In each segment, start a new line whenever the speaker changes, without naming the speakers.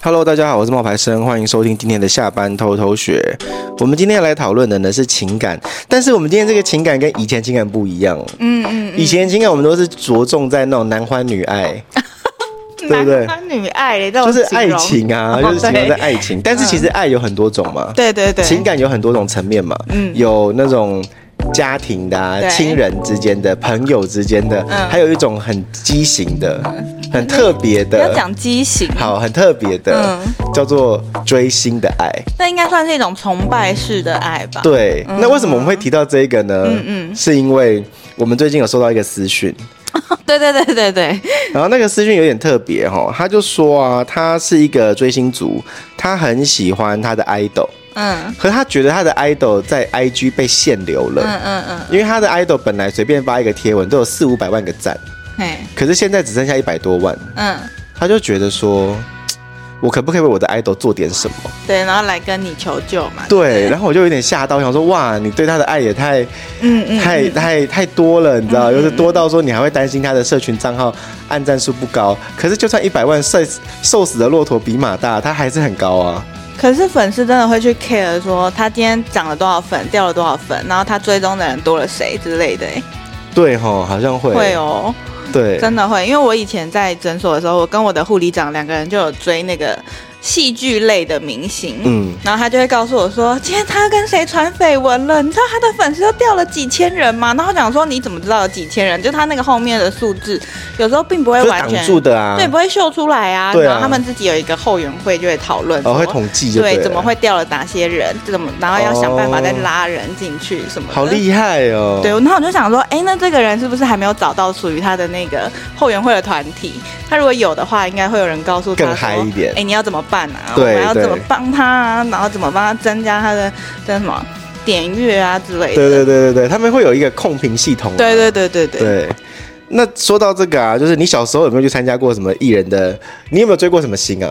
Hello，大家好，我是冒牌生，欢迎收听今天的下班偷偷学。我们今天要来讨论的呢是情感，但是我们今天这个情感跟以前情感不一样。嗯嗯，以前情感我们都是着重在那种男欢女爱，对不对
男欢女爱嘞，这
就
种
是
哦形
爱
容
情啊，
哦
就是形容在
对
爱 情。但是其实爱有很多种嘛，
对对对，
情感有很多种层面嘛，
嗯
有那种。家庭的、啊、
对
亲人之间的、朋友之间的，
嗯
还有一种很畸形的、很特别
不要
的，
讲嗯畸形，
好，很特别的，叫做追星的爱。
那应该算是一种崇拜式的爱 吧？，
对，那为什么我们会提到这个呢？
嗯嗯
是因为我们最近有收到一个私讯，
对对对对对，
然后那个私讯有点特别哈、哦，他就说啊，他是一个追星族，他很喜欢他的 idol，
嗯
可他觉得他的 idol 在 IG 被限流了。
嗯嗯嗯，
因为他的 idol 本来随便发一个贴文都有四五百万个赞，
嘿，
可是现在只剩下一百多万，
嗯，
他就觉得说，我可不可以为我的 idol 做点什么？
对，然后来跟你求救嘛？
对，然后我就有点吓到，我想说哇，你对他的爱也太
嗯嗯，
太太太多了，你知道，就是多到说你还会担心他的社群账号按赞数不高。可是就算一百万瘦瘦死的骆驼比马大，他还是很高啊。
可是粉丝真的会去 care 说他今天涨了多少粉，掉了多少粉，然后他追踪的人多了谁之类的、欸，
对吼，好像会
会哦，
对，
真的会，因为我以前在诊所的时候，我跟我的护理长两个人就有追那个戏剧类的明星，
嗯
然后他就会告诉我说，今天他跟谁传绯闻了，你知道他的粉丝都掉了几千人吗？然后我讲说你怎么知道有几千人？就他那个后面的数字，有时候并不会
就是
完全
挡住的啊，
对，不会秀出来啊。
对啊
然后他们自己有一个后援会，就会讨论说，
哦会统计就
对
了哦
怎么会掉了哪些人，怎么然后要想办法再拉人进去什么的。
好厉害哦，
对，，然后我就想说，哎，那这个人是不是还没有找到属于他的那个后援会的团体？他如果有的话，应该会有人告诉他
更嗨一点
哎，你要怎么办啊？
对
我们要
对
怎么帮他啊？然后怎么帮他增加他的叫什么点阅啊之类的？
对对对对对，他们会有一个控评系统啊，
对对对对对
对。那说到这个啊，就是你小时候有没有去参加过什么艺人的？你有没有追过什么星啊？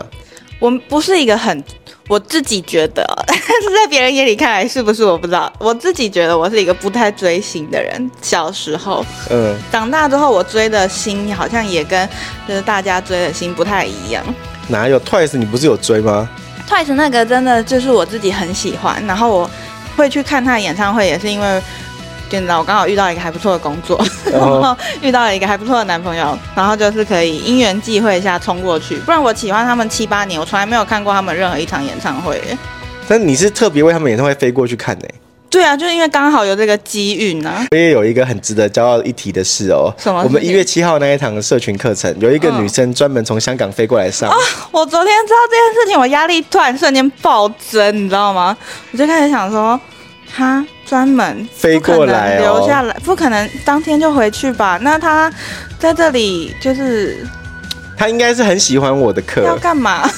我不是一个很，我自己觉得， 但是在别人眼里看来是不是我不知道。我自己觉得我是一个不太追星的人。小时候，
嗯，
长大之后，我追的星好像也跟就是大家追的星不太一样。
哪有 Twice？你不是有追吗？
Twice 那个真的就是我自己很喜欢，然后我会去看他的演唱会，也是因为。真的，我刚好遇到一个还不错的工作，然后遇到了一个还不错的男朋友，然后就是可以因缘际会下冲过去。不然我喜欢他们七八年，我从来没有看过他们任何一场演唱会。
但你是特别为他们演唱会飞过去看呢、欸
对啊，就是因为刚好有这个机遇呢。
我也有一个很值得骄傲一提的事哦，
什么
我
事情
们一月七号那一堂的社群课程，有一个
嗯
女生专门从香港飞过来
哦
上，
我昨天知道这件事情，我压力突然瞬间暴增，你知道吗？我就开始想说，哈，专门
飞过来哦
不可能留下来，不可能当天就回去吧？那他在这里就是
她应该是很喜欢我的
要
课，
干嘛？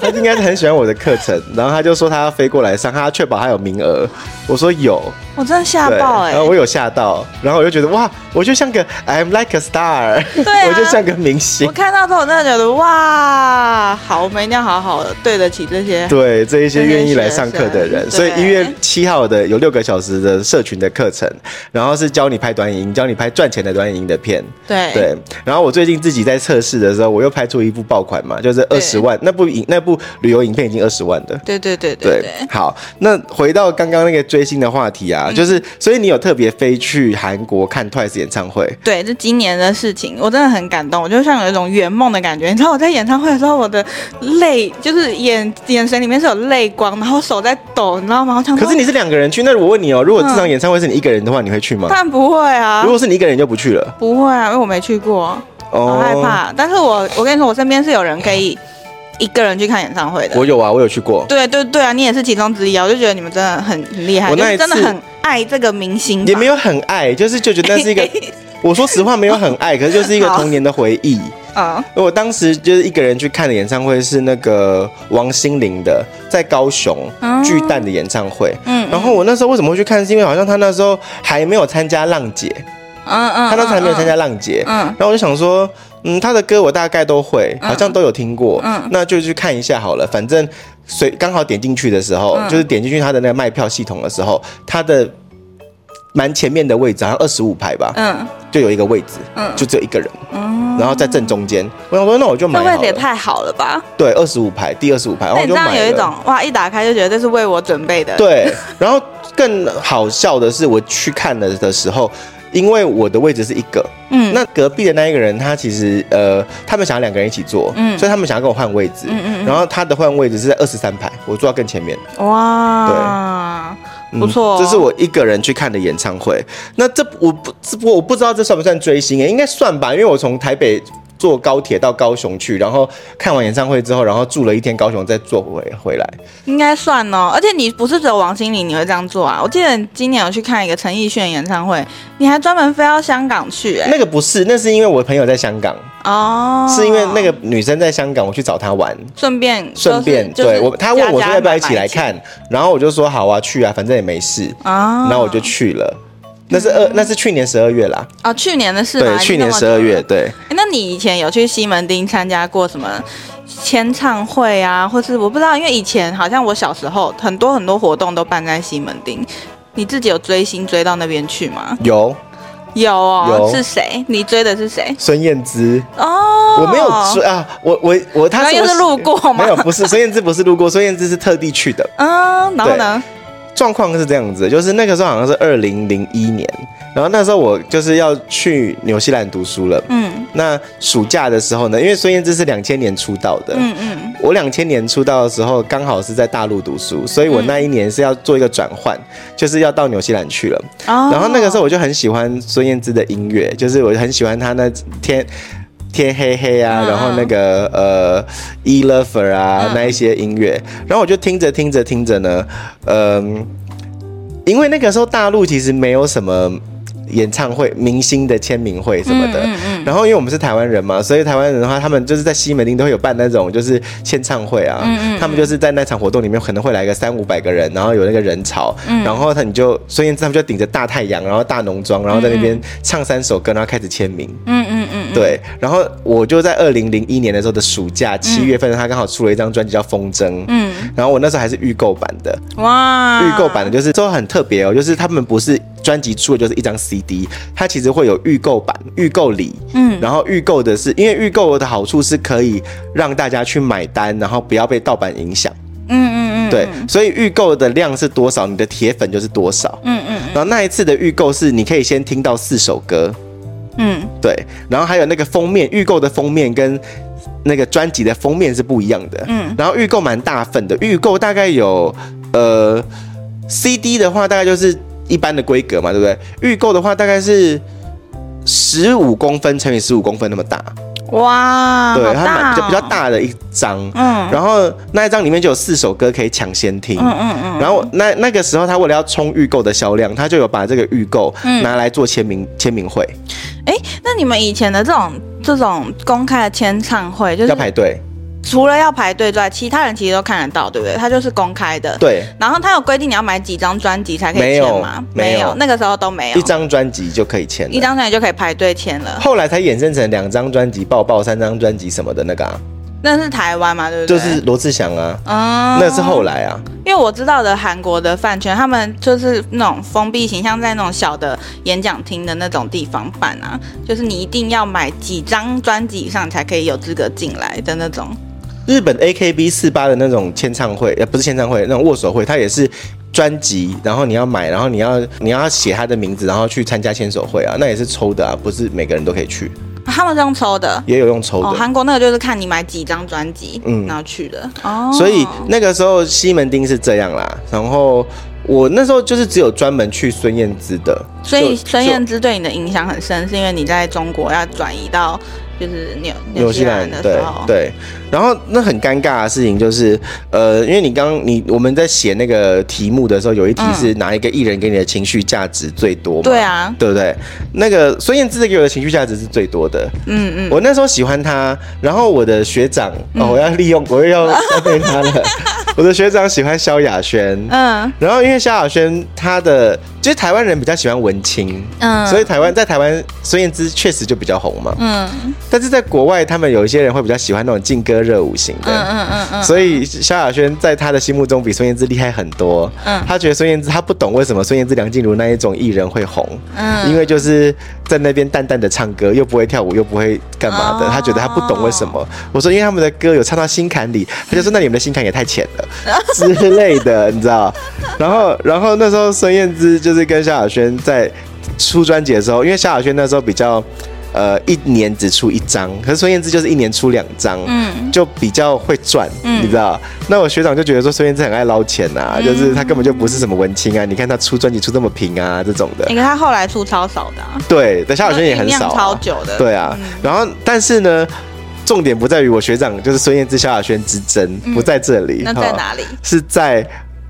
她应该是很喜欢我的课程，然后她就说她要飞过来上，她要确保她有名额，我说有，
我真的吓
对，
爆哎、
然后我有吓到，然后我就觉得哇，我就像个 I'm like a star，、
对啊
我就像个明星
我，看到之后，我真的觉得哇，好，我们一定要好好的对得起这 些。
对这一些愿意来上课的人，
这些学生
所以一
对
月七号的有六个小时的社群的课程，然后是教你拍短影音，教你拍赚钱的短影音的片。
对
对，然后我最近自己在测试的时候，我又拍出一部爆款嘛，就是二十万那部影那部旅游影片已经二十万的。
对对对对
对
对，嗯
好，那回到刚刚那个追星的话题啊，就是所以你有特别飞去韩国看 Twice 演唱会，
对，这今年的事情，我真的很感动，我就像有一种圆梦的感觉。你知道我在演唱会的时候，我的泪就是眼眼神里面是有泪光，然后手在抖，你知道吗？我想说
可是你是两个人去，那我问你哦，如果这场演唱会是你一个人的话，你会去吗？
但不会嗯啊
如，果是你一个人就不去了，哦
不会啊，因为我没去过，好害怕。但是我我跟你说，我身边是有人可以一个人去看演唱会的。
我有啊，我有去过，
对对对啊，你也是其中之一啊！我就觉得你们真的很很厉害，
我
就
那一
是真的
次
很爱这个明星吧。
也没有很爱，就是就觉得那是一个，我说实话没有很爱，可是就是一个
哎好
童年的回忆。
啊，
我当时就是一个人去看的演唱会是那个王心凌的，在高雄
哦
巨蛋的演唱会。
嗯
然后我那时候为什么会去看？是因为好像他那时候还没有参加浪姐，
嗯 嗯，
他那时候还没有参加
加，
浪姐。
嗯
然后我就想说，嗯，他的歌我大概都会，好像都有听过，
嗯
那就去看一下好了。反正随刚好点进去的时候，
嗯
就是点进去他的那个卖票系统的时候，他的蛮前面的位置，好像二十五排吧，
嗯，
就有一个位置，
嗯哦
就只有一个人，然后在正中间。我想说，那我就买
这
好
位置也
了，
太好了吧？
对，二十五排，第二十五排，然后我
那你
就
这样
买
有一
了。
种哇，一打开就觉得这是为我准备的，，
对，然后更好笑的是，我去看了的时候，因为我的位置是一个，
嗯
那隔壁的那一个人他其实呃，他们想要两个人一起坐，
嗯
所以他们想要跟我换位置，
嗯嗯
然后他的换位置是在二十三排，我坐到更前面，
哇，
嗯
不错哦
这是我一个人去看的演唱会。那这我不，这不我不知道这算不算追星欸诶、应该算吧，因为我从台北。坐高铁到高雄去，然后看完演唱会之后，然后住了一天高雄，再坐回回来。
应该算哦。而且你不是只有王心凌你会这样做啊？我记得你今年有去看一个陈奕迅演唱会，你还专门飞到香港去、哎，
那个不是，那是因为我朋友在香港，
哦，
是因为那个女生在香港，我去找她玩，
顺便都是
顺便、
就是
对我，她问我说要不要一起来
家家买买
看，然后我就说好啊，去啊，反正也没事，
啊，
然后我就去了。那是二，那是去年十二月啦，
啊，去年的事吗
对，去年十二月，。对，
哎那你以前有去西门町参加过什么签唱会啊，或是我不知道，因为以前好像我小时候很多很多活动都办在西门町。你自己有追星追到那边去吗？
有
有哦，
有
是谁？你追的是谁？
孙燕姿，
哦，
我没有追啊，我我我，他
那
是我
又是路过吗
没有，不是孙燕姿，不是路过，孙燕姿是特地去的。
嗯，然后呢？
状况是这样子，就是那个时候好像是二零零一年，然后那时候我就是要去纽西兰读书了。
嗯
那暑假的时候呢，因为孙燕姿是两千年出道的，
嗯嗯，
我两千年出道的时候刚好是在大陆读书，所以我那一年是要做一个转换，就是要到纽西兰去了。
哦
然后那个时候我就很喜欢孙燕姿的音乐，就是我很喜欢她那天。天黑黑啊，
嗯
然后那个呃，E Lover 啊，
嗯
那一些音乐，然后我就听着听着听着呢，嗯、因为那个时候大陆其实没有什么演唱会、明星的签名会什么的，
嗯嗯
然后因为我们是台湾人嘛，所以台湾人的话，他们就是在西门町都会有办那种就是签唱会啊，
嗯
他们就是在那场活动里面可能会来个三五百个人，然后有那个人潮，
嗯
然后他你就孙燕姿他们就顶着大太阳，然后大浓妆，然后在那边唱三首歌，然后开始签名。
嗯嗯嗯嗯，
对，然后我就在二零零一年的时候的暑假七月份，他刚好出了一张专辑叫《风筝》，
嗯
然后我那时候还是预购版的，
哇，
预购版的，就是都很特别哦，就是他们不是专辑出的就是一张 CD，它其实会有预购版、预购礼，
嗯
然后预购的是因为预购的好处是可以让大家去买单，然后不要被盗版影响，
嗯嗯嗯，
对，所以预购的量是多少，你的铁粉就是多少。
嗯嗯
然后那一次的预购是你可以先听到四首歌，
嗯，
对，然后还有那个封面，预购的封面跟那个专辑的封面是不一样的。
嗯
嗯，然后预购蛮大份的，预购大概有呃 CD 的话大概就是一般的规格嘛，对不对？预购的话大概是。十五公分乘以十五公分那么大，
哇，
对，
啊好
它
大
蛮
哦
就比较，大的一张，
嗯
然后那一张里面就有四首歌可以抢先听，
嗯嗯嗯，
然后那那个时候他为了要冲预购的销量，他就有把这个预购
嗯
拿来做签名签名会，
哎，那你们以前的这种这种公开的签唱会，就
要
是
排队，
除了要排队之外，其他人其实都看得到，对不对？它就是公开的。。
对，
然后它有规定你要买几张专辑才可以
没有
签吗？
没有
那个时候都没有。
一张专辑就可以签
一
了。
张专辑就可以排队签了。
后来才衍生成两张专辑、抱抱三张专辑什么的那个啊，
那是台湾嘛，对不
就
对？
是罗志祥啊，
嗯
那是后来啊，
因为我知道的韩国的饭圈，他们就是那种封闭形象，在那种小的演讲厅的那种地方办啊，就是你一定要买几张专辑以上才可以有资格进来的那种。
日本 AKB 四八的那种签唱会，呃，不是签唱会，那种握手会，它也是专辑，然后你要买，然后你要你要写他的名字，然后去参加签手会啊，那也是抽的啊，不是每个人都可以去，
他们这样抽的。
也有用抽的。
哦，韩国那个就是看你买几张专辑，
嗯
然后去的。哦，
所以那个时候西门町是这样啦，然后我那时候就是只有专门去孙燕姿的，
所以
就
孙燕姿对你的影响很深，是因为你在中国要转移到就是纽
纽西
西
兰
兰的
对
时候，
对，然后那很尴尬的事情就是，呃，因为你刚你我们在写那个题目的时候，有一题是哪一个艺人给你的情绪价值最多嘛？
嗯对，啊，
对不对？那个孙燕姿给我的情绪价值是最多的。
嗯嗯，嗯
我那时候喜欢她，然后我的学长，哦，我要利用，我又 要消费她了。我的学长喜欢萧亚轩，
嗯
然后因为萧亚轩她的就是台湾人比较喜欢文青，
嗯
所以台湾在台湾孙燕姿确实就比较红嘛。
嗯
但是在国外，他们有一些人会比较喜欢那种劲歌热舞型的。
嗯嗯嗯嗯，
所以萧亚轩在他的心目中比孙燕姿厉害很多。
嗯
他觉得孙燕姿，他不懂为什么孙燕姿、梁静茹那一种艺人会红，
嗯
因为就是在那边淡淡的唱歌，又不会跳舞，又不会干嘛的。
哦
他觉得他不懂为什么。我说，因为他们的歌有唱到心坎里，他就说那你们的心坎也太浅 了之类的，你知道？然后，然后那时候孙燕姿就是跟萧亚轩在出专辑的时候，因为萧亚轩那时候比较。呃，一年只出一张，可是孙燕姿就是一年出两张，
嗯
就比较会赚，
嗯
你知道？那我学长就觉得说孙燕姿很爱捞钱啊，就是她根本就不是什么文青啊，你看她出专辑出这么平啊，这种的
你。看他后来出超少的、啊，
对，但萧亚轩也很少、啊
酝酿超久的，嗯
对啊，然后但是呢，重点不在于我学长就是孙燕姿、萧亚轩之争，不在这里，
嗯那
哈
在哪里？
是在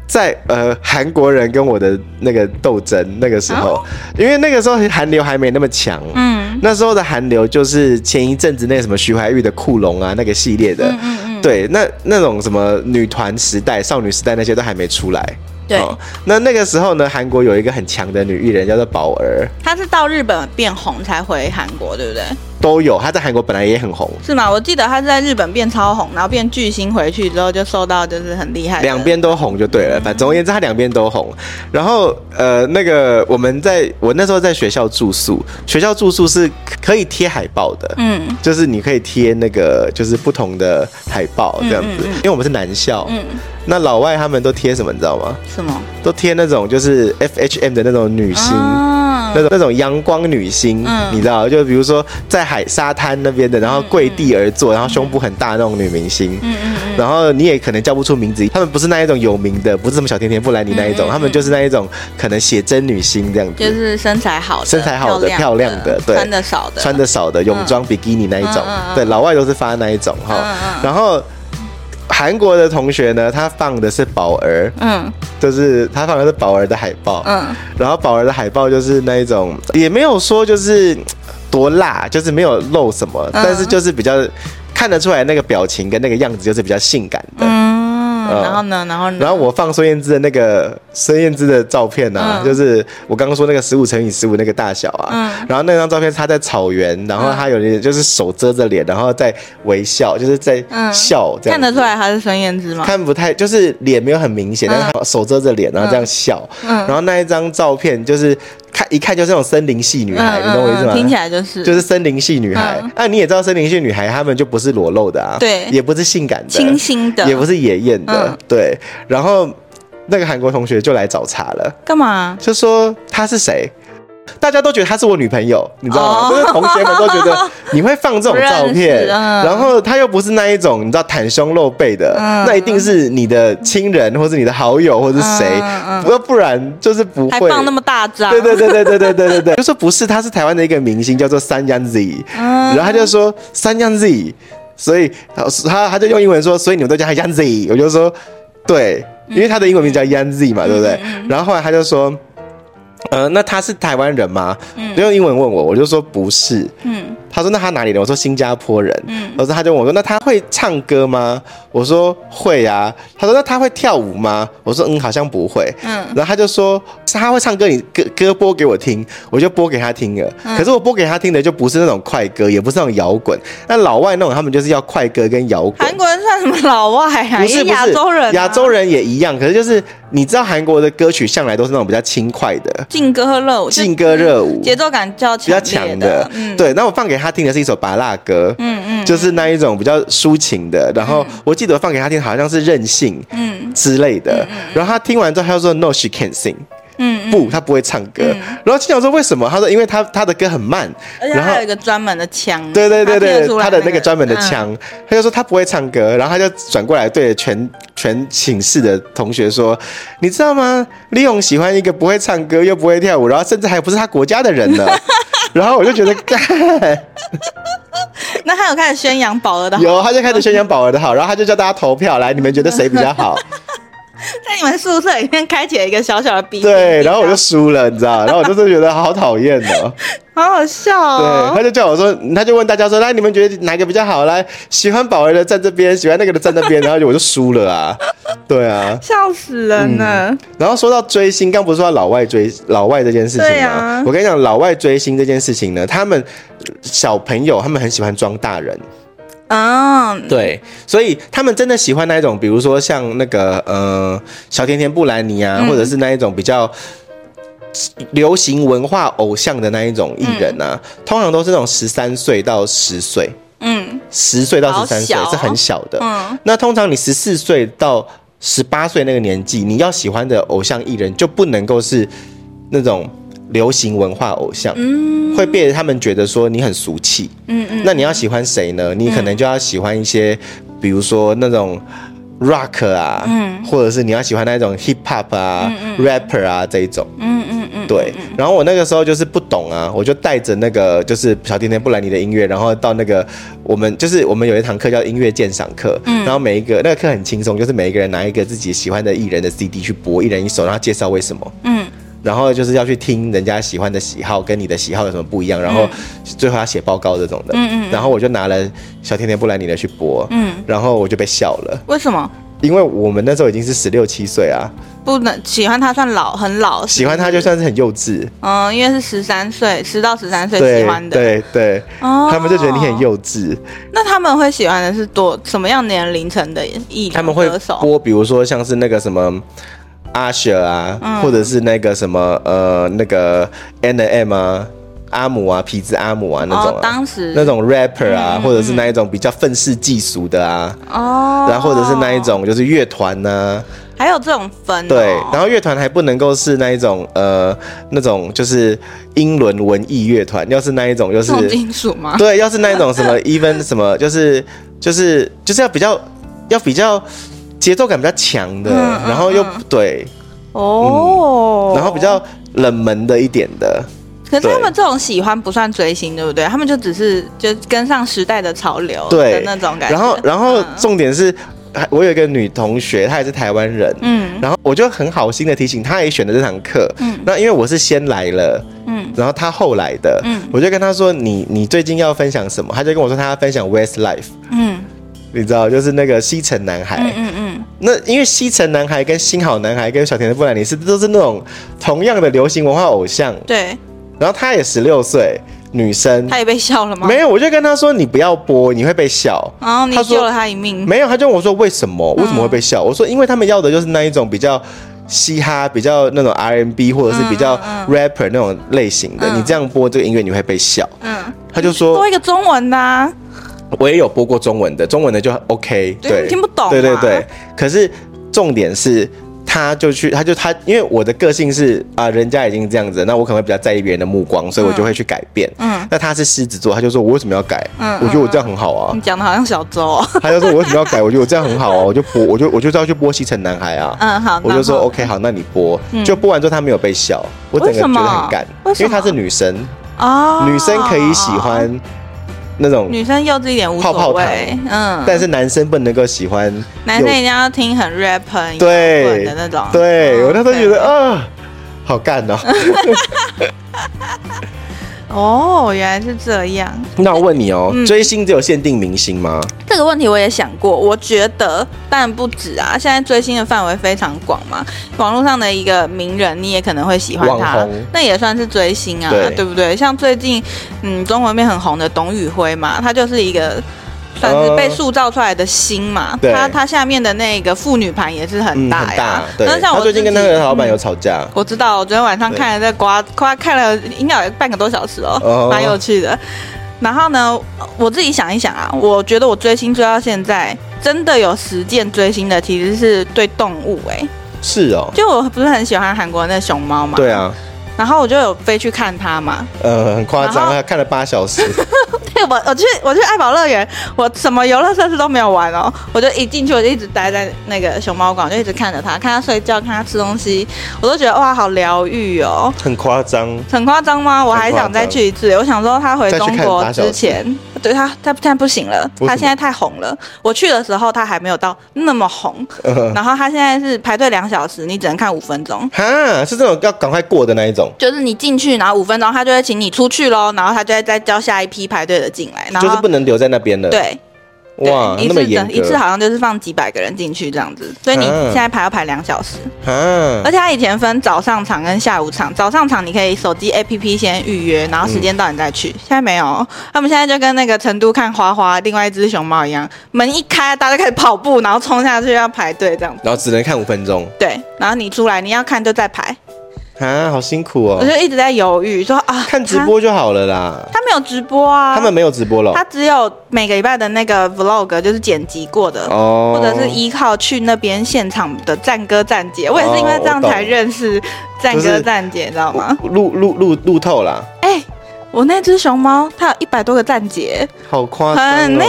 在呃韩国人跟我的那个斗争那个时候，因为那个时候韩流还没那么强，
哦嗯
那时候的韩流就是前一阵子那什么徐怀钰的《酷龙》啊那个系列的，
嗯嗯嗯，
对，那那种什么女团时代、少女时代那些都还没出来。哦
对
那那个时候呢，韩国有一个很强的女艺人叫做宝儿，
他是到日本变红才回韩国，对不对？
都有，她在韩国本来也很红，
是吗？我记得他是在日本变超红，然后变巨星，回去之后就受到就是很厉害的
两边都红就对了。反总而言之，她两边都红。然后呃，那个我们在我那时候在学校住宿，学校住宿是可以贴海报的，
嗯
就是你可以贴那个就是不同的海报这样子，因为我们是男校，
嗯
那老外他们都贴什么，你知道吗？
什么
都贴那种就是 F H M 的那种女星。
啊
那种那种阳光女星，
嗯
你知道，就比如说在海沙滩那边的，然后跪地而坐，然后胸部很大的那种女明星，
嗯嗯嗯
然后你也可能叫不出名字，他们不是那一种有名的，不是什么小甜甜布兰妮那一种，他们就是那一种可能写真女星这样子，
嗯就是身材好的、
身材好的、漂亮的，对，
穿的少的、
穿的少的泳装、比基尼那一种
嗯嗯，嗯
对，老外都是发那一种哈
嗯嗯，
然后。韩国的同学呢，他放的是宝儿，
嗯
就是他放的是宝儿的海报，
嗯
然后宝儿的海报就是那一种，呃也没有说就是嗯多辣，就是没有露什么，
嗯
但是就是比较看得出来那个表情跟那个样子就是比较性感的。
嗯，
嗯
然后呢，然后呢，
然后我放孙燕姿的那个孙燕姿的照片啊，
嗯
就是我刚刚说那个十五乘以十五那个大小啊，
嗯
然后那张照片是她在草原，然后她有点就是手遮着脸，然后在微笑，就是在
嗯
笑这样子、
看得出来她是孙燕姿吗？
看不太，就是脸没有很明
嗯
显，但是他手遮着脸，然后这样笑，然后那一张照片就是看一看就是那种森林系女哎孩，你懂我意思吗？
嗯听起来就是
就是森林系女孩
嗯，
那、你也知道森林系女孩，她们就不是裸露的啊，
对
也不是性感的，
清新的，
也不是野艳的，
嗯
对。然后那个韩国同学就来找茬了，
干嘛？
就说她是谁？大家都觉得她是我女朋友，你知道吗？
哦
就是同学们都觉 得你会放这种照
不认
片
识，嗯
然后她又不是那一种你知道袒胸露背的，
嗯
那一定是你的亲人或是你的好友或是谁
嗯嗯，嗯
要、不然就是不
还
会。
放那么大张？
对对对对对对对对 对，就说不是，她是台湾的一个明星，叫做三江 Z，、
嗯
然后他就说三江 Z，所以他他他就用英文说，所以你们都叫他 Yan Z，我就说对，
嗯
因为他的英文名叫 Yan Z 嘛，对不对？然后后来他就说。呃，那他是台湾人吗？就用英文问我，我就说不是。
嗯
他说那他哪里人？我说新加坡人。
嗯
然后他就问我说：“那他会唱歌吗？”我说：“会啊。”他说：“那他会跳舞吗？”我说：“嗯，好像不会。”
嗯，
然后他就说他会唱歌，你歌歌播给我听，我就播给他听了。
嗯
可是我播给他听的就不是那种快歌，也不是那种摇滚，那老外那种他们就是要快歌跟摇滚。
韩国人算什么老外啊？
不是
也
不
亚
是
洲人啊，
亚洲人也一样。可是就是你知道韩国的歌曲向来都是那种比较轻快的，
劲歌热舞，
劲歌热舞，
节奏感较强
比较
烈
强
的
的，。
嗯，
对，那我放给他听的是一首拔蜡歌，
嗯嗯，
就是那一种比较抒情的。然后我记得我放给他听好像是任性
嗯
之类的。然后他听完之后，他就说 No, she can't sing。
嗯，
不，他不会唱歌。然后心想说为什么？他说因为他他的歌很慢，
而且
然
哎他
后
有一个专门的枪，
对对对
听得
对
出，来
他的那个专门的，
嗯
腔，他就说他不会唱歌，然后他就转过来对着全全寝室的同学说，你知道吗？李勇喜欢一个不会唱歌又不会跳舞，然后甚至还不是他国家的人呢。 然后我就觉得， 干
那他有开始 宣扬宝儿的好，
有，他就开始宣扬宝儿的好，然后他就叫大家投票，来，你们觉得谁比较好？
在你们宿舍里面开启了一个小小的比拼
对，然后我就输了，你知道，然后我就是觉得好讨厌哦。
好好笑哦。
对，他就叫我说，他就问大家说，来，你们觉得哪个比较好？来，喜欢宝儿的站这边，喜欢那个的站那边，然后就我就输了啊。 对啊，
笑死人了！
然后说到追星，刚不是说到老外追老外这件事
对
情吗？
啊
我跟你讲，老外追星这件事情呢，他们小朋友他们很喜欢装大人，
嗯，
对，所以他们真的喜欢那一种，比如说像那个呃小甜甜布兰妮啊，
嗯
或者是那一种比较。流行文化偶像的那一种艺人啊，通常都是那种十三岁到十岁，
嗯
十岁到
好
十三岁
小哦
是很小的。
嗯，
那通常你十四岁到十八岁那个年纪，你要喜欢的偶像艺人就不能够是那种流行文化偶像，
嗯
会被他们觉得说你很俗气。
嗯嗯，
那你要喜欢谁呢？你可能就要喜欢一些，比如说那种 rock 啊，
嗯
或者是你要喜欢那种 hip hop 啊、rapper 啊这一种。
嗯嗯嗯，
对，然后我那个时候就是不懂啊，我就带着那个就是小甜甜布兰妮的音乐，然后到那个我们就是我们有一堂课叫音乐鉴赏课，
嗯
然后每一个那个课很轻松，就是每一个人拿一个自己喜欢的艺人的 CD 去播，一人一首，然后介绍为什么。
嗯
然后就是要去听人家喜欢的喜好跟你的喜好有什么不一样，然后最后要写报告这种的。
嗯嗯嗯
然后我就拿了小甜甜布兰妮的去播，
嗯，
然后我就被笑了，
为什么
因为我们那时候已经是十六七岁啊，
不能喜欢他算老很老？
喜欢她就算是很幼稚，
嗯，因为是十三岁，十到十三岁喜
对
欢的，，
对对，
哦
他们就觉得你很。幼稚，
那他们会喜欢的是多什么样年龄层的艺人
他们会
歌手？
播，比如说像是那个什么。阿雪啊，
嗯
或者是那个什么呃，那个 N M 啊，阿姆啊，痞子阿姆啊那种、
哦，
啊
当时
那种 rapper
嗯
啊，或者是那一种比较愤世嫉俗的啊，
哦，
然后或者是那一，种就是乐团呢，
还有这种分、哦、
对，然后乐团还不能够是那一种呃那种就是英伦文艺乐团，要是那一种就是
重金属吗？
对，要是那一种什 么 even 什么就是就是就是要比较要比较节奏感比较强的，
嗯嗯
然后又
嗯
对，
哦、
然后比较冷门的一点的，
可是他
对
们这种喜欢不算追星，对不对？他们就只是就跟上时代的潮流的
对
那种感觉。
然后然后
嗯
重点是，还我有一个女同学，她也是台湾人，
嗯
然后我就很好心的提醒他，也选了这堂课。
嗯
那因为我是先来了，
嗯
然后他后来的，
嗯
我就跟他说：“你你最近要分享什么？”他就跟我说他要分享 Westlife，
嗯
你知道，就是那个西城男孩。
嗯嗯嗯，
那因为西城男孩跟新好男孩跟小甜甜布兰妮是都是那种同样的流行文化偶像，
对，
然后他也十六岁，女生。
他也被笑了吗？
没有，我就跟他说你不要播，你会被笑。
然后你
他说
救了他一命。
没有，他就问我说为什么？
嗯
为什么会被笑？我说因为他们要的就是那一种比较嘻哈、比较那种 R&B 或者是比较 rapper 那种类型的。
嗯
你这样播这个音乐，你会被笑。
嗯，
他就说
多一个中文的、啊，
我也有播过中文的，中文的就 OK，
对你听不懂嘛啊
对对对。可是重点是。他就去，他就他，因为我的个性是啊、人家已经这样子了，那我可能会比较在意别人的目光，所以我就会去改变。
嗯
那他是狮子座，他就说我为什么要改？
嗯
我觉得我这样很好啊。
你讲的好像小周、哦。
他就说我为什么要改？我觉得我这样很好哦，我就播，我就我就知道去播《西城男孩》啊。
嗯，好，
我就说
然后
OK 好，那你播，就播完之后他没有被笑，我整个
为什
觉
么
得很干，
为什
因
么
为她是女生，
哦，
女生可以喜，欢那种，
女生幼稚一点无所谓，
泡泡糖
嗯，
但是男生不能够喜欢有。
男生一定要听很 rap 很摇滚
对
的那种。
对
嗯
我那时候觉
对
得啊，好干 哦。
哦，原来是这样。
那我问你哦，
嗯
追星只有限定明星吗？
这个问题我也想过，我觉得当然不止啊，现在追星的范围非常广嘛，网络上的一个名人，你也可能会喜欢他
网红，
那也算是追星啊，
对
不对？像最近嗯中文面很红的董宇辉嘛，他就是一个。算是被塑造出来的星嘛，
呃对
他他下面的那个妇女盘也是很
嗯，
大
很
呀
大。。对，
那
他
像我嗯
最近
自
跟
己
那个老板有吵架，
我知道，我昨天晚上
对
看了在瓜瓜看了应该有半个多小时哦
哦，
蛮、有趣的。然后呢，我自己想一想啊，我觉得我追星追到现在，真的有实践追星的，其实是对动物哎、
是哦，
就我不是很喜欢韩国那熊猫嘛，
对，啊，
然后我就有飞去看它嘛，
呃，很夸
然
张，
后
他看了八小时，
对我我去我去爱宝乐园，我什么游乐设施都没有玩哦，我就一进去我就一直待在那个熊猫馆，我就一直看着它，看它睡觉，看它吃东西，我都觉得哇，好疗愈哦。
很夸张。
很夸张吗？我还想再去一次。我想说他回中国之前，对他，他现在不行了，
为什么
他现在太红了。我去的时候他还没有到那么红，
呃嗯
然后他现在是排队两小时，你只能看五分钟。
哈，是这种要赶快过的那一种，
就是你进去，然后五分钟，他就会请你出去喽，然后他就会再叫下一批排队的进来，然
就是
后
不能留在那边的。，
对
哇，
对，一
那么
次
严
整
格
一次好像就是放几百个人进去这样子，所以你
嗯
现在排要排两小时，
啊
而且他以前分早上场跟下午场，早上场你可以手机 APP 先预约，然后时间到你再去。现在没有，他们现在就跟那个成都看花花另外一只熊猫一样，门一开大家就开始跑步，然后冲下去要排队这样子。
然后只能看五分钟
对，然后你出来你要看就再排，
啊，好辛苦
我
哦。
就一直在犹豫说啊，
看直播就好了啦
他，，他没有直播啊，
他们没有直播了
他只有每个礼拜的那个 vlog 就是剪辑过的。
哦，
或者是依靠去那边现场的战歌战姐，我也是因为这样才认识战
就是
歌战姐，你知道吗？
路路路路透啦，
哎、我那只熊猫它有一百多个站姐，
好夸张、哦，
很厉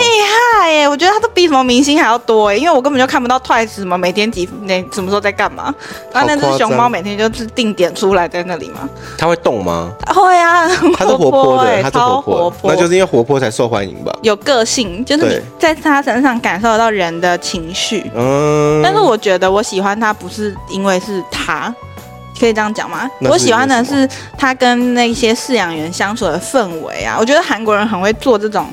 害耶！我觉得它都比什么明星还要多耶，因为我根本就看不到 Twice 什么每天几那什么时候在干嘛。然后那
好夸
只
张
熊猫每天就是定点出来在那里嘛。
它会动吗？
会啊，很
它是活
泼
泼的，
耶
它是活
超活
泼的，
泼，
那就是因为活泼才受欢迎吧？
有个性，就是你
对
在它身上感受得到人的情绪。
嗯，
但是我觉得我喜欢他不是因为是他，可以这样讲吗？
那是
我喜欢的
因
是他跟那些饲养员相处的氛围啊。我觉得韩国人很会做这种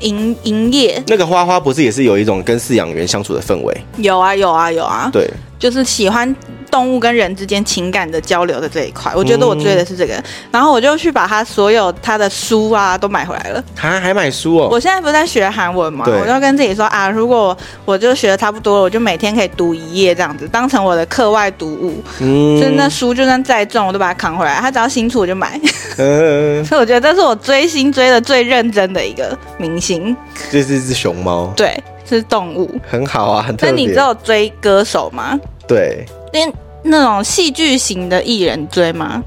营营业，
那个花花不是也是有一种跟饲养员相处的氛围？
有啊有啊有啊，
对，
就是喜欢动物跟人之间情感的交流的这一块。我觉得我追的是这
嗯
个，然后我就去把他所有他的书啊都买回来了。
他还买书哦，
我现在不是在学韩文嘛，
对
我就跟自己说啊，如果我就学的差不多了，我就每天可以读一页这样子，当成我的课外读物。
嗯
所以那书就算再重，我都把它扛回来。它只要新出我就买，
嗯，
所以我觉得这是我追星追的最认真的一个明星。
这是一只熊猫，
对，是动物。
很好啊，很
那
特
你
别
只。有追歌手吗？
对，
因为那种戏剧型的艺人追吗？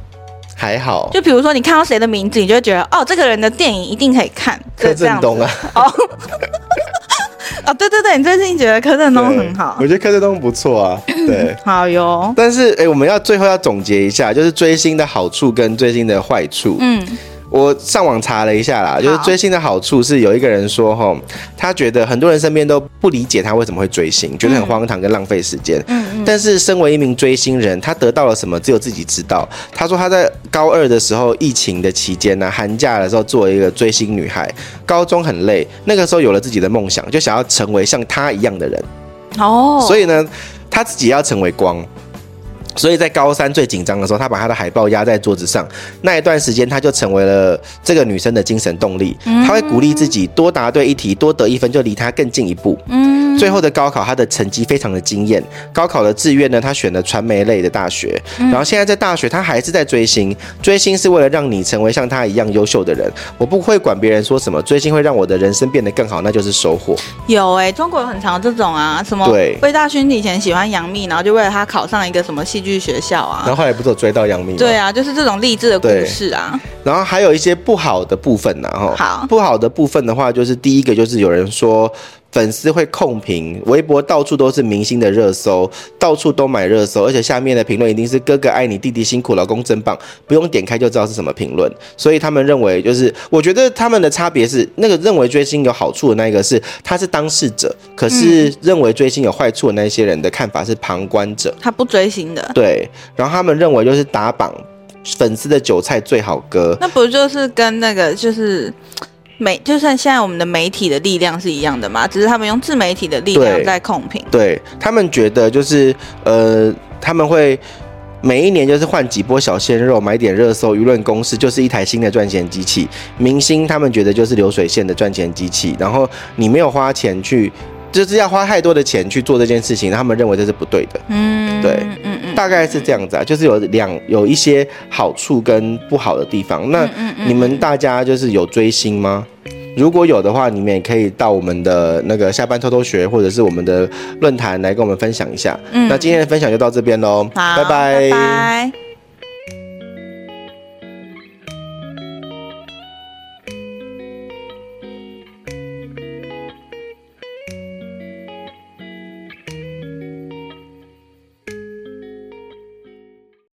还好。
就比如说你看到谁的名字，你就会觉得哦，这个人的电影一定可以看。
柯
就这样
震
子
东啊，
哦。 哦，对对对，你最近觉得柯震东很好
对，我觉得柯震东不错啊。 对，
好哟。
但是哎、诶我们要最后要总结一下，就是追星的好处跟追星的坏处。
嗯，
我上网查了一下啦，就是追星的好处是有一个人说，吼，他觉得很多人身边都不理解他为什么会追星，觉得
嗯
很荒唐跟浪费时间。嗯但是身为一名追星人，他得到了什么只有自己知道。他说他在高二的时候，疫情的期间呢、寒假的时候做一个追星女孩。高中很累，那个时候有了自己的梦想，就想要成为像他一样的人。
哦，
所以呢，他自己要成为光。所以在高三最紧张的时候，他把他的海报压在桌子上。那一段时间，他就成为了这个女生的精神动力。
嗯
他会鼓励自己多答对一题，多得一分就离他更近一步。
嗯，
最后的高考，他的成绩非常的惊艳。高考的志愿呢，他选了传媒类的大学。
嗯
然后现在在大学，他还是在追星。追星是为了让你成为像他一样优秀的人。我不会管别人说什么，追星会让我的人生变得更好，那就是收获。
有哎、中国有很常有这种啊，什么
对
魏大勋以前喜欢杨幂，然后就为了她考上一个什么戏剧学校
然后
啊，
后来不是有追到杨幂吗？嗯
对啊，就是这种励志的故事啊，
然后还有一些不好的部分呢、哈。
好
不好的部分的话，就是第一个就是有人说。粉丝会控评，微博到处都是明星的热搜，到处都买热搜，而且下面的评论一定是“哥哥爱你，弟弟辛苦，老公真棒”，不用点开就知道是什么评论。所以他们认为，就是我觉得他们的差别是，那个认为追星有好处的那一个是他是当事者，可是认为追星有坏处的那一些人的看法是旁观者。
他不追星的，
对，然后他们认为就是打榜，粉丝的韭菜最好割。
那不就是跟那个就是媒，就算现在我们的媒体的力量是一样的嘛，只是他们用自媒体的力量
对
在控评，
对他们觉得就是呃，他们会每一年就是换几波小鲜肉，买点热搜，舆论公式就是一台新的赚钱机器。明星他们觉得就是流水线的赚钱机器，然后你没有花钱去，就是要花太多的钱去做这件事情，他们认为这是不对的。
嗯，
对
嗯嗯，
大概是这样子啊，就是有两有一些好处跟不好的地方。那
嗯
你们大家就是有追星吗？如果有的话，你们也可以到我们的那个下班偷偷学，或者是我们的论坛来跟我们分享一下。那今天的分享就到这边喽，
嗯好，拜拜